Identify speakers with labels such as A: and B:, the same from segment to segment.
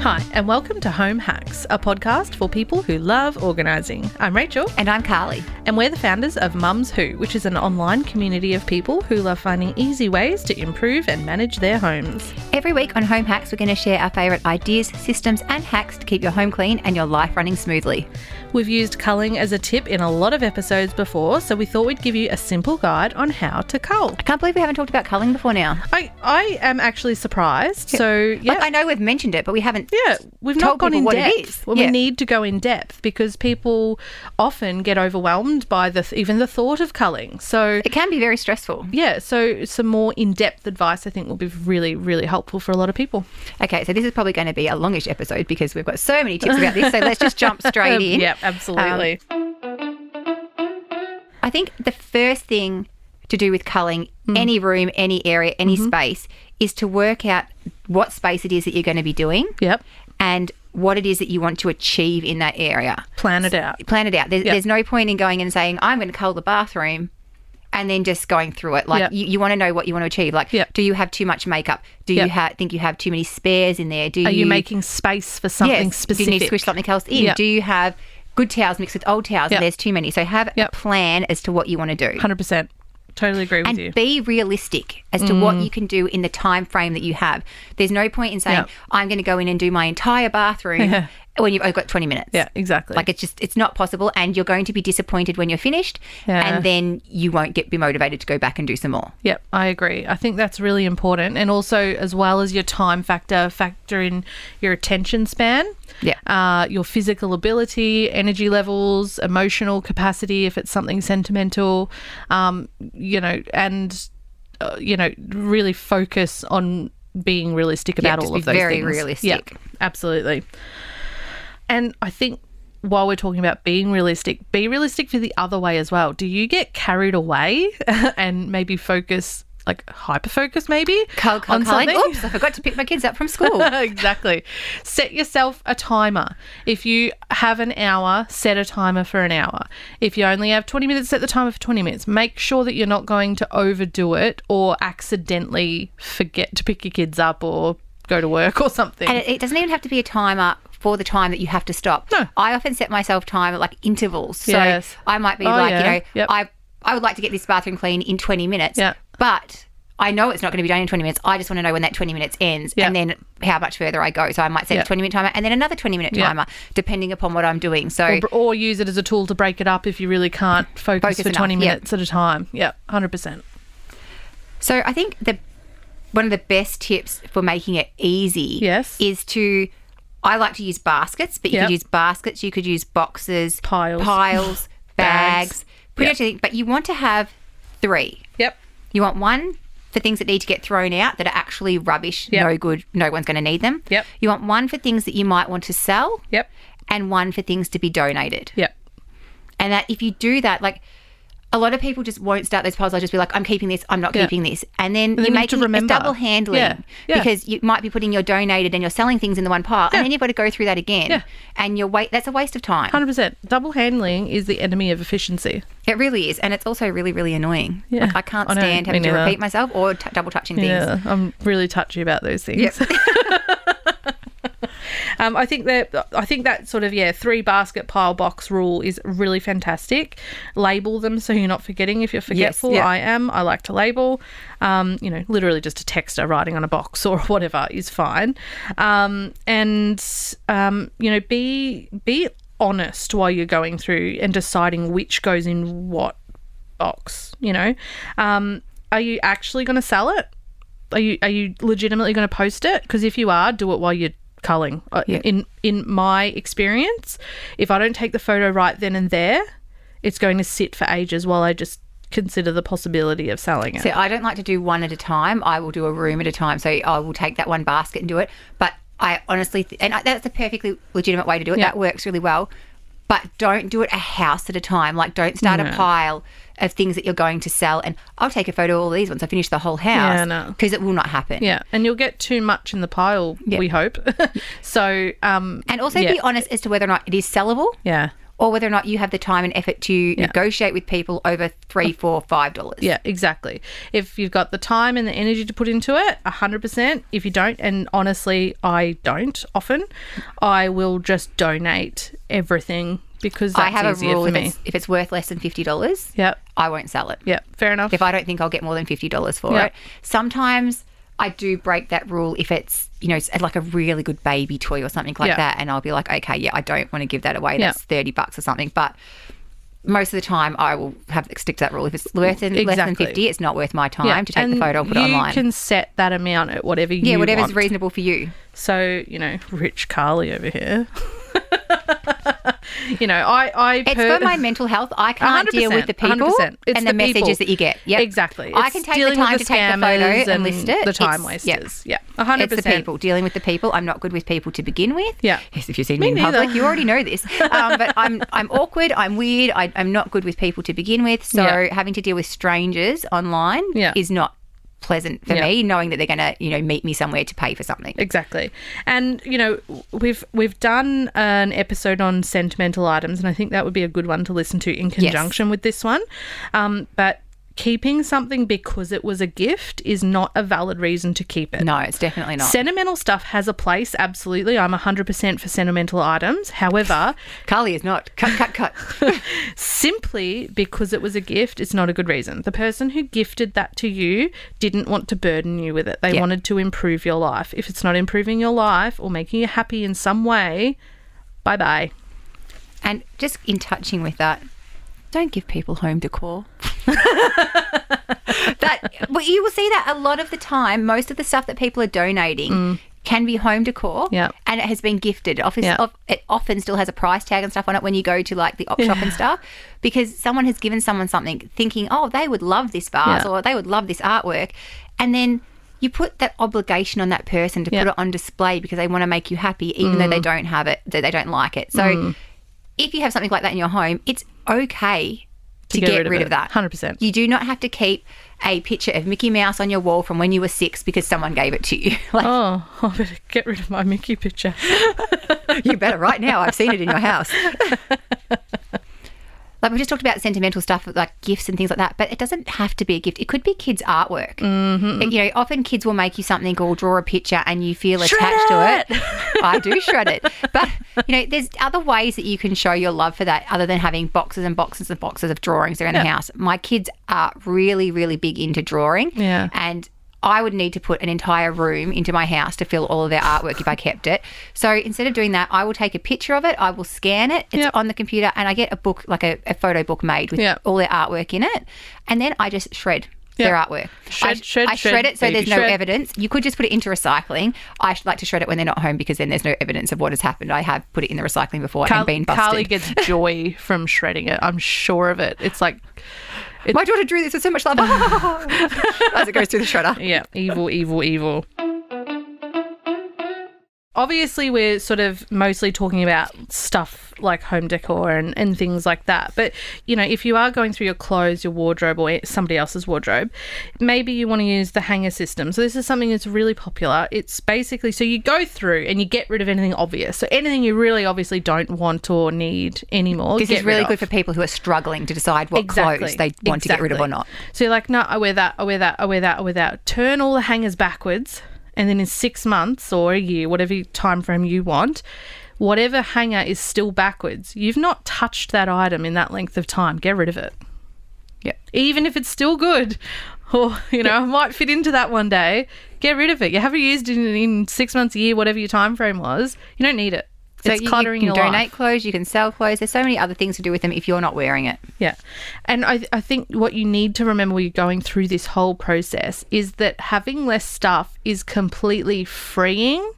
A: Hi, and welcome to Home Hacks, a podcast for people who love organising. I'm Rachel,
B: And I'm Carly.
A: and we're the founders of Mums Who, which is an online community of people who love finding easy ways to improve and manage their homes.
B: Every week on Home Hacks, we're going to share our favourite ideas, systems, and hacks to keep your home clean and your life running smoothly.
A: We've used culling as a tip in a lot of episodes before, so we thought we'd give you a simple guide on how to cull.
B: I can't believe we haven't talked about culling before now.
A: I, I am actually surprised. So, yeah.
B: Like, I know we've mentioned it, but we haven't.
A: Yeah, we've
B: told
A: not gone
B: people
A: in
B: what
A: depth.
B: it is.
A: Well, we
B: Yeah.
A: need to go in depth because people often get overwhelmed by the even the thought of culling. So
B: It can be very stressful.
A: yeah, so some more in depth advice I think will be really really helpful for a lot of people.
B: Okay, so this is probably going to be a longish episode because we've got so many tips about this. So let's just jump straight in. Um,
A: Yep, Um, absolutely. Um,
B: I think the first thing to do with culling
A: Mm.
B: any room, any area, any
A: Mm-hmm.
B: space is to work out what space it is that you're going to be doing
A: yep,
B: and what it is that you want to achieve in that area.
A: plan it out.
B: plan it out. There's,
A: Yeah.
B: there's no point in going and saying, I'm going to cull the bathroom and then just going through it. Like,
A: Yeah.
B: you, you want to know what you want to achieve. Like,
A: Yeah.
B: do you have too much makeup? Do
A: Yeah.
B: you ha- think you have too many spares in there? Do
A: Are you making space for something
B: yes,
A: specific?
B: Do you need to squish something else in?
A: Yeah.
B: Do you have good towels mixed with old towels?
A: Yeah.
B: There's too many. So have
A: Yeah.
B: a plan as to what you want to do.
A: Hundred percent. Totally agree with
B: and
A: you. Mm.
B: be realistic as to what you can do in the time frame that you have. There's no point in saying
A: Yeah.
B: I'm going to go in and do my entire bathroom
A: Yeah.
B: when you've only got 20 minutes.
A: Yeah, exactly.
B: Like it's just it's not possible, and you're going to be disappointed when you're finished,
A: Yeah.
B: and then you won't get be motivated to go back and do some more.
A: Yep, I agree. I think that's really important. And also, as well as your time factor, factor in your attention span,
B: Yeah.
A: uh, your physical ability, energy levels, emotional capacity, if it's something sentimental, um, you know, and, uh, you know, really focus on being realistic about
B: just
A: all of
B: be
A: those
B: very
A: things.
B: realistic.
A: Yeah, absolutely. And I think while we're talking about being realistic, be realistic for the other way as well. Do you get carried away and maybe focus, like hyper focus, maybe
B: Cull, cull,
A: on
B: cull, and
A: something?
B: Oh, oops, I forgot to pick my kids up from school.
A: exactly. Set yourself a timer. If you have an hour, set a timer for an hour. If you only have 20 minutes, set the timer for 20 minutes. Make sure that you're not going to overdo it or accidentally forget to pick your kids up or go to work or something.
B: and it, it doesn't even have to be a timer for the time that you have to stop.
A: No.
B: I often set myself time at like intervals. So
A: Yes.
B: I might be
A: Oh,
B: like,
A: yeah.
B: you know,
A: Yep.
B: I I would like to get this bathroom clean in 20 minutes.
A: Yeah.
B: But I know it's not going to be done in 20 minutes. I just want to know when that 20 minutes ends
A: Yeah.
B: and then how much further I go. So I might set
A: Yeah.
B: a 20 minute timer and then another 20 minute timer depending upon what I'm doing. So
A: or, or use it as a tool to break it up if you really can't focus,
B: Focus
A: for 20
B: enough, yeah.
A: minutes at a time. Yeah, 100%.
B: So I think the one of the best tips for making it easy
A: Yes.
B: is to I like to use baskets, but you
A: Yep.
B: could use baskets, you could use boxes,
A: Piles.
B: piles,
A: Bags.
B: bags, pretty
A: Yep.
B: much anything. But you want to have three.
A: Yep.
B: You want one for things that need to get thrown out that are actually rubbish,
A: Yep.
B: no good, no one's going to need them.
A: Yep.
B: You want one for things that you might want to sell.
A: Yep.
B: And one for things to be donated.
A: Yep.
B: And that if you do that, like a lot of people just won't start those piles. I'll just be like, I'm keeping this, I'm not
A: Yeah.
B: keeping this. And then
A: then
B: you're
A: you have to
B: making it's
A: remember.
B: double handling
A: Yeah. Yeah.
B: because you might be putting your donated and you're selling things in the one pile. And then you've got to go through that again.
A: Yeah.
B: And your wait that's a waste of time.
A: 100%. Double handling is the enemy of efficiency.
B: It really is. And it's also really, really annoying.
A: Yeah.
B: Like, I can't
A: I know.
B: stand
A: Me
B: having to
A: neither.
B: repeat myself or t- double touching things.
A: Yeah, I'm really touchy about those things.
B: Yep.
A: Um, I think that I think that sort of yeah three basket pile box rule is really fantastic. Label them so you're not forgetting. If you're forgetful,
B: yeah.
A: I am. I like to label. Um, you know, literally just a texter writing on a box or whatever is fine. Um, and um, you know, be be honest while you're going through and deciding which goes in what box. You know, um, are you actually going to sell it? Are you are you legitimately going to post it? Because if you are, do it while you're culling. Uh, In in my experience, if I don't take the photo right then and there, it's going to sit for ages while I just consider the possibility of selling it.
B: So I don't like to do one at a time. I will do a room at a time. So I will take that one basket and do it. But I honestly, th- and I- that's a perfectly legitimate way to do it.
A: Yeah.
B: That works really well. But don't do it a house at a time. Like, don't start a pile of things that you're going to sell. And I'll take a photo of all these once I finish the whole house.
A: Yeah, no.
B: Because it will not happen.
A: yeah, and you'll get too much in the pile. We hope. so um,
B: And also
A: Yeah.
B: be honest as to whether or not it is sellable
A: yeah,
B: or whether or not you have the time and effort to negotiate with people over three, four, five dollars.
A: Yeah, exactly. If you've got the time and the energy to put into it, 100%. If you don't, and honestly, I don't often, I will just donate everything because
B: I
A: that's
B: have a
A: easier
B: rule
A: for
B: if
A: me.
B: it's, if it's worth less than fifty dollars,
A: Yep.
B: I won't sell it.
A: Yep. Fair enough.
B: if I don't think I'll get more than fifty dollars for
A: Yeah.
B: it. Sometimes I do break that rule if it's you know it's like a really good baby toy or something like
A: Yeah.
B: that, and I'll be like, okay, yeah, I don't want to give that away.
A: Yeah.
B: That's thirty bucks or something, but. Most of the time, I will have stick to that rule. If it's worth than, less than
A: Exactly.
B: fifty, it's not worth my time
A: Yeah,
B: to take the
A: and
B: photo and put it
A: you
B: online.
A: can set that amount at whatever you
B: yeah, whatever's
A: want.
B: reasonable for you.
A: So, you know, Rich Carly over here. you know, I. I
B: It's
A: per-
B: for my mental health. I can't deal with the people
A: 100%. It's
B: and the,
A: the
B: messages
A: people.
B: that you get. Yep.
A: Exactly.
B: I
A: It's
B: can take the
A: dealing with
B: time to take the photo
A: scammers
B: and, list it.
A: The time
B: It's- yeah.
A: wasters. Yeah. a 100%.
B: It's the people dealing with the people. I'm not good with people to begin with.
A: Yeah.
B: Yes, if you've seen
A: Me
B: me, in
A: neither.
B: public, you already know this. Um, but I'm I'm awkward. I'm weird. I, I'm not good with people to begin with. So
A: Yeah.
B: having to deal with strangers online
A: Yeah.
B: is not pleasant for
A: Yeah.
B: me. Knowing that they're going to you know meet me somewhere to pay for something.
A: Exactly. And you know, we've we've done an episode on sentimental items and I think that would be a good one to listen to in conjunction with this one. Um, but keeping something because it was a gift is not a valid reason to keep it.
B: No, it's definitely not.
A: Sentimental stuff has a place, absolutely. I'm 100% for sentimental items. However,
B: Carly is not. Cut, cut, cut.
A: simply because it was a gift, it's not a good reason. The person who gifted that to you didn't want to burden you with it. They
B: Yeah.
A: wanted to improve your life. If it's not improving your life or making you happy in some way, bye bye.
B: And just in touching with that, don't give people home decor. that well, you will see that a lot of the time, most of the stuff that people are donating can be home decor,
A: Yeah.
B: and it has been gifted. Often,
A: Yeah.
B: of- it often still has a price tag and stuff on it when you go to like the op shop and stuff, because someone has given someone something, thinking, oh, they would love this vase
A: Yeah.
B: or they would love this artwork, and then. You put that obligation on that person to put
A: Yeah.
B: it on display because they want to make you happy, even though they don't have it, that they don't like it. So, if you have something like that in your home, it's okay to, get, rid, of,
A: it.
B: that.
A: 100%.
B: You do not have to keep a picture of Mickey Mouse on your wall from when you were six because someone gave it to you. like,
A: Oh, I better get rid of my Mickey picture.
B: you better right now. I've seen it in your house. like, we just talked about sentimental stuff, like gifts and things like that, but it doesn't have to be a gift. It could be kids' artwork. Mm-hmm. you know, often kids will make you something or draw a picture and you feel attached to it. I do shred it. But, you know, there's other ways that you can show your love for that other than having boxes and boxes and boxes of drawings around the house. My kids are really, really big into drawing.
A: Yeah.
B: And I would need to put an entire room into my house to fill all of their artwork if I kept it. So instead of doing that, I will take a picture of it, I will scan it, it's
A: Yep.
B: on the computer, and I get a book, like a, a photo book made with
A: Yep.
B: all their artwork in it. And then I just shred. Their
A: Yep.
B: artwork. I,
A: Shred, shred,
B: I shred,
A: shred,
B: it so
A: baby
B: there's no
A: shred.
B: evidence. You could just put it into recycling. I sh- like to shred it when they're not home because then there's no evidence of what has happened. I have put it in the recycling before
A: Carl-
B: and been busted.
A: Carly gets joy from shredding it. I'm sure of it. It's like,
B: My daughter drew this with so much love as it goes through the shredder.
A: yeah, evil, evil, evil. Obviously, we're sort of mostly talking about stuff like home decor and, and things like that. But, you know, if you are going through your clothes, your wardrobe, or somebody else's wardrobe, maybe you want to use the hanger system. So, this is something that's really popular. It's basically so you go through and you get rid of anything obvious. So, anything you really obviously don't want or need anymore.
B: This
A: get
B: is
A: rid
B: really
A: of.
B: good for people who are struggling to decide what clothes they want to get rid of or
A: Exactly.
B: not.
A: So you're like, no, I wear that, I wear that, I wear that, I wear that. Turn all the hangers backwards, and then in six months or a year, whatever time frame you want, whatever hanger is still backwards, you've not touched that item in that length of time. Get rid of it.
B: Yeah.
A: Even if it's still good, or you know, it might fit into that one day. Get rid of it. You haven't used it in, in six months, a year, whatever your time frame was. You don't need it.
B: So
A: it's
B: you,
A: cluttering
B: you can
A: your life.
B: donate clothes, you can sell clothes. There's so many other things to do with them if you're not wearing it.
A: Yeah. And I, I think what you need to remember when you're going through this whole process is that having less stuff is completely freeing.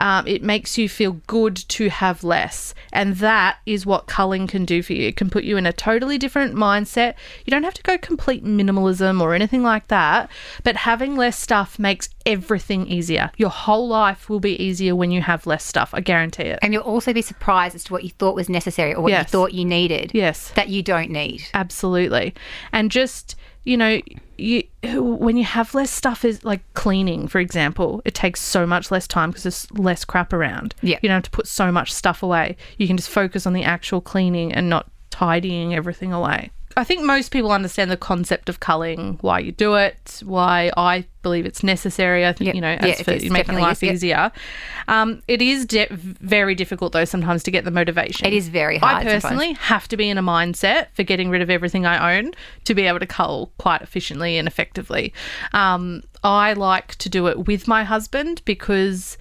A: Um, it makes you feel good to have less. And that is what culling can do for you. It can put you in a totally different mindset. You don't have to go complete minimalism or anything like that. But having less stuff makes everything easier. Your whole life will be easier when you have less stuff. I guarantee it.
B: And you'll also be surprised as to what you thought was necessary or what
A: Yes.
B: you thought you needed
A: Yes.
B: that you don't need.
A: Absolutely. And just you know, you when you have less stuff is like cleaning, for example, it takes so much less time because there's less crap around.
B: Yeah.
A: You don't have to put so much stuff away. You can just focus on the actual cleaning and not tidying everything away. I think most people understand the concept of culling, why you do it, why I believe it's necessary. I think
B: Yep.
A: you know,
B: Yeah,
A: as
B: it
A: for
B: is,
A: making
B: definitely
A: life
B: is, yep.
A: easier. Um, it is de- very difficult though sometimes to get the motivation.
B: It is very hard
A: I
B: sometimes.
A: personally have to be in a mindset for getting rid of everything I own to be able to cull quite efficiently and effectively. Um, I like to do it with my husband because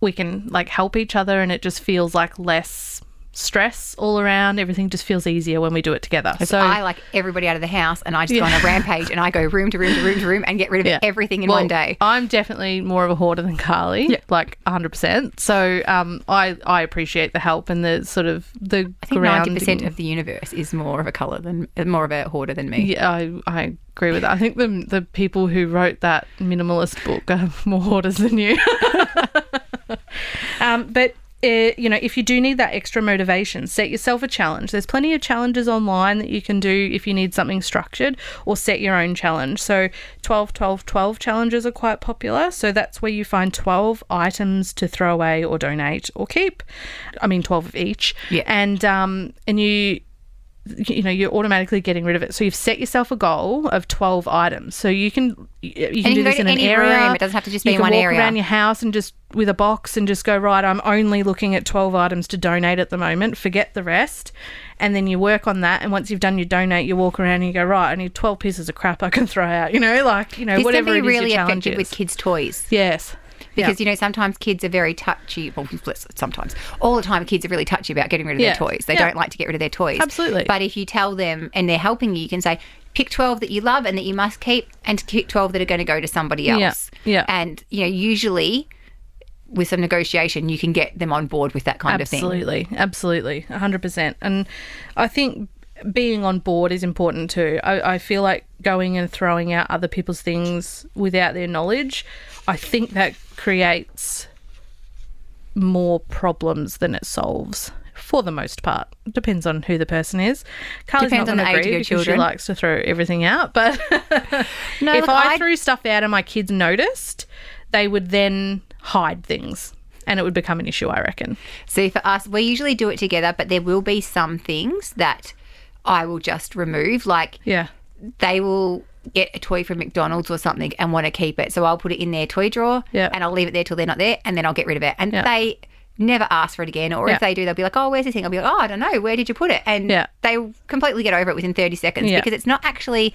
A: we can like help each other and it just feels like less stress all around. Everything just feels easier when we do it together. So
B: I like everybody out of the house and I just go on a rampage and I go room to room to room to room and get rid of
A: Yeah.
B: everything in
A: Well,
B: one day.
A: I'm definitely more of a hoarder than Carly,
B: Yeah.
A: like 100%. So um, I, I appreciate the help and the sort of the
B: I think ninety
A: grounding.
B: percent of the universe is more of a color than more of a hoarder than me.
A: Yeah, I, I agree with that. I think the the people who wrote that minimalist book are more hoarders than you. um, but. uh you know, if you do need that extra motivation, set yourself a challenge. There's plenty of challenges online that you can do if you need something structured, or set your own challenge. So, 12, 12, 12 challenges are quite popular. So, that's where you find 12 items to throw away, or donate, or keep. I mean, 12 of each.
B: Yeah.
A: And, um, and you, you know you're automatically getting rid of it so you've set yourself a goal of 12 items so you can you can do
B: you can go
A: this
B: to
A: in an
B: any
A: area
B: room. It doesn't have to just be
A: you
B: in
A: can
B: one
A: walk
B: area.
A: around your house and just with a box and just go right i'm only looking at 12 items to donate at the moment forget the rest and then you work on that and once you've done your donate you walk around and you go right i need 12 pieces of crap i can throw out you know like you know
B: This can
A: whatever it
B: be
A: is
B: really
A: your challenge
B: effective
A: is
B: with kids' toys.
A: yes Yeah.
B: Because you know sometimes kids are very touchy. Well, let's- sometimes all the time kids are really touchy about getting rid of
A: Yeah.
B: their toys. They
A: Yeah.
B: don't like to get rid of their toys.
A: Absolutely.
B: But if you tell them and they're helping you, you can say pick twelve that you love and that you must keep, and pick twelve that are going to go to somebody
A: Yeah.
B: else.
A: Yeah.
B: And you know usually with some negotiation you can get them on board with that kind of thing.
A: absolutely, Absolutely, absolutely, 100%. And I think being on board is important too. I, I feel like going and throwing out other people's things without their knowledge, I think that creates more problems than it solves. For the most part, depends on who the person is. Carly's
B: Depends
A: not
B: on
A: going
B: the
A: to
B: age of
A: agree
B: your
A: because
B: children.
A: she likes to throw everything out. But
B: No,
A: if
B: look,
A: I
B: I-
A: threw stuff out and my kids noticed, they would then hide things, and it would become an issue. I reckon.
B: So for us, we usually do it together, but there will be some things that I will just remove. Like
A: Yeah.
B: they will get a toy from McDonald's or something and want to keep it. So I'll put it in their toy drawer
A: Yeah.
B: and I'll leave it there till they're not there and then I'll get rid of it. And
A: Yeah.
B: they never ask for it again. Or
A: Yeah.
B: if they do, they'll be like, oh, where's this thing? I'll be like, oh, I don't know. Where did you put it? And
A: Yeah.
B: they completely get over it within 30 seconds
A: Yeah.
B: because it's not actually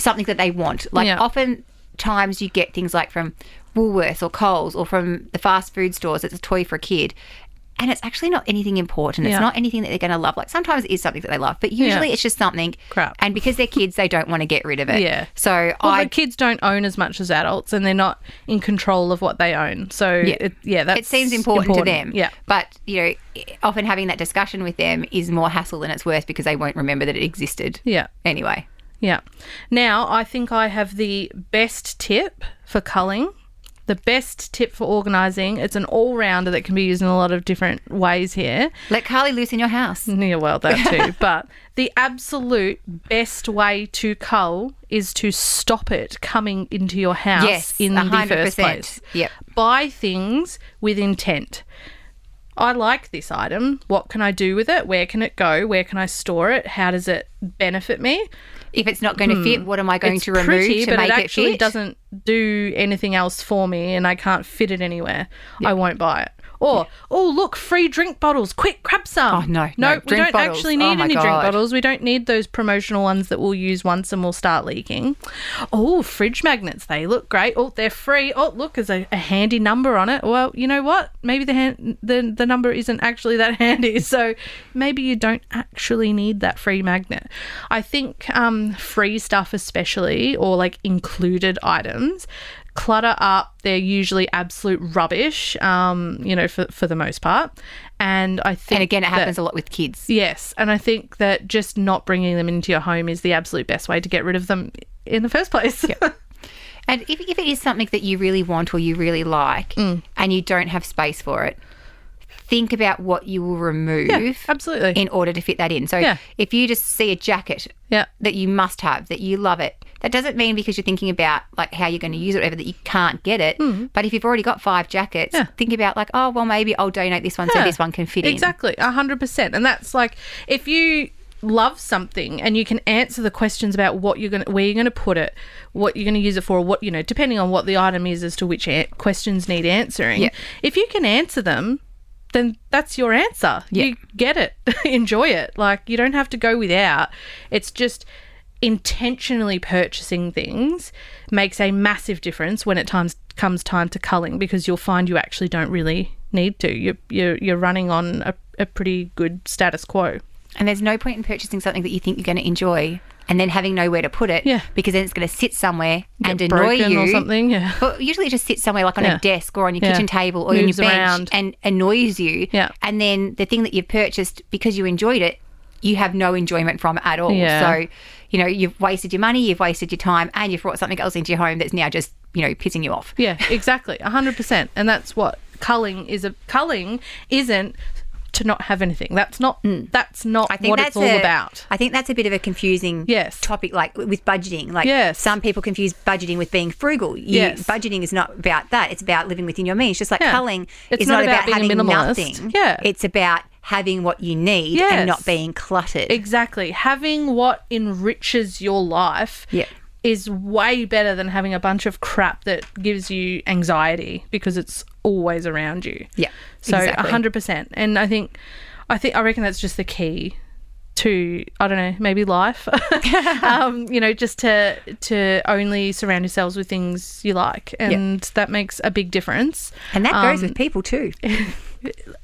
B: something that they want. Like
A: Yeah.
B: often times you get things like from Woolworths or Coles or from the fast food stores. It's a toy for a kid. And it's actually not anything important. It's
A: Yeah.
B: not anything that they're going to love. Like sometimes it is something that they love, but usually it's just something
A: Crap.
B: And because they're kids, they don't want to get rid of it.
A: Yeah.
B: So
A: Well,
B: I,
A: the kids don't own as much as adults, and they're not in control of what they own. So yeah, it, yeah that's
B: it seems important, to them.
A: Yeah,
B: But you know, often having that discussion with them is more hassle than it's worth because they won't remember that it existed.
A: yeah,
B: Anyway,
A: yeah. Now I think I have the best tip for culling. The best tip for organising. It's an all rounder that can be used in a lot of different ways here.
B: let Carly loose in your house.
A: Yeah, well, that too. but the absolute best way to cull is to stop it coming into your house
B: Yes,
A: in the first
B: 100%.
A: place.
B: Yep.
A: Buy things with intent. I like this item. What can I do with it? Where can it go? Where can I store it? How does it benefit me?
B: If it's not going to fit, what am I going
A: Hmm. it's
B: to remove
A: pretty,
B: to
A: but
B: make
A: it actually
B: fit?
A: doesn't do anything else for me, and I can't fit it anywhere. I won't buy it. Or oh look, free drink bottles! Quick, grab some.
B: Oh, no,
A: no,
B: no,
A: we
B: drink
A: don't
B: bottles.
A: actually
B: Oh,
A: need
B: my
A: any drink
B: God.
A: bottles. We don't need those promotional ones that we'll use once and will start leaking. Oh, fridge magnets! They look great. Oh, they're free. Oh, look, there's a, a handy number on it. Well, you know what? Maybe the hand, the the number isn't actually that handy, so maybe you don't actually need that free magnet. I think um, free stuff, especially or like included items, clutter up. They're usually absolute rubbish. Um, you know, for for the most part, and I think
B: and again, it
A: that-
B: happens a lot with kids.
A: Yes, and I think that just not bringing them into your home is the absolute best way to get rid of them in the first place.
B: And if,
A: Mm.
B: if it is something that you really want or you really like and you don't have space for it, think about what you will remove
A: absolutely.
B: in order to fit that in. So
A: Yeah.
B: if you just see a jacket
A: Yeah.
B: that you must have, that you love it, that doesn't mean because you're thinking about like how you're going to use it or whatever that you can't get it. But if you've already got five jackets,
A: Mm. Yeah.
B: think about like, oh, well, maybe I'll donate this one so
A: Yeah.
B: this one can fit in.
A: Exactly, a hundred percent. And that's like if you love something and you can answer the questions about what you're going to where you're going to put it what you're going to use it for what you know depending on what the item is as to which an- questions need answering
B: Yeah.
A: if you can answer them then that's your answer you get it enjoy it like you don't have to go without it's just intentionally purchasing things makes a massive difference when it times comes time to culling because you'll find you actually don't really need to you're you're, you're running on a, a pretty good status quo
B: And there's no point in purchasing something that you think you're going to enjoy and then having nowhere to put it
A: Yeah.
B: because then it's going to sit somewhere and
A: Get
B: annoy
A: broken
B: you.
A: or something yeah
B: But usually it just sits somewhere like on
A: Yeah.
B: a desk or on your
A: Yeah.
B: kitchen table or
A: Moves
B: on your bench
A: around.
B: and annoys you.
A: Yeah.
B: And then the thing that you've purchased because you enjoyed it, you have no enjoyment from it at all.
A: Yeah.
B: So, you know, you've wasted your money, you've wasted your time, and you've brought something else into your home that's now just, you know, pissing you off.
A: Yeah, exactly. a 100%. And that's what culling is a culling isn't to not have anything. That's not
B: Hmm.
A: that's not what it's all
B: a-
A: about.
B: I think that's a bit of a confusing
A: Yes.
B: topic, like with budgeting. Like
A: Yes.
B: some people confuse budgeting with being frugal. You,
A: Yes.
B: budgeting is not about that. It's about living within your means. Just like
A: Yeah.
B: culling
A: It's
B: is
A: not
B: not,
A: about
B: about,
A: being a
B: having
A: minimalist.
B: nothing.
A: Yeah.
B: it's about having what you need
A: Yes.
B: and not being cluttered.
A: Exactly. Having what enriches your life
B: Yeah.
A: is way better than having a bunch of crap that gives you anxiety because it's always around you.
B: Yeah,
A: So a
B: exactly.
A: 100%. And I think I think I reckon that's just the key to I don't know, maybe life. um, you know, just to to only surround yourselves with things you like and that makes a big difference.
B: and that
A: um,
B: goes with people too.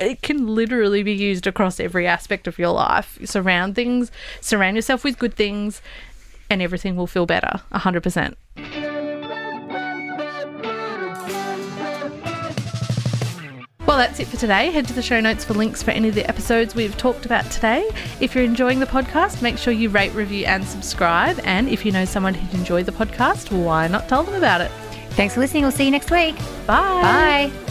A: it can literally be used across every aspect of your life. Surround things, surround yourself with good things, and everything will feel better. 100%. Well, that's it for today. Head to the show notes for links for any of the episodes we've talked about today. If you're enjoying the podcast, make sure you rate, review, and subscribe. And if you know someone who'd enjoy the podcast, why not tell them about it?
B: Thanks for listening. We'll see you next week.
A: Bye.
B: Bye.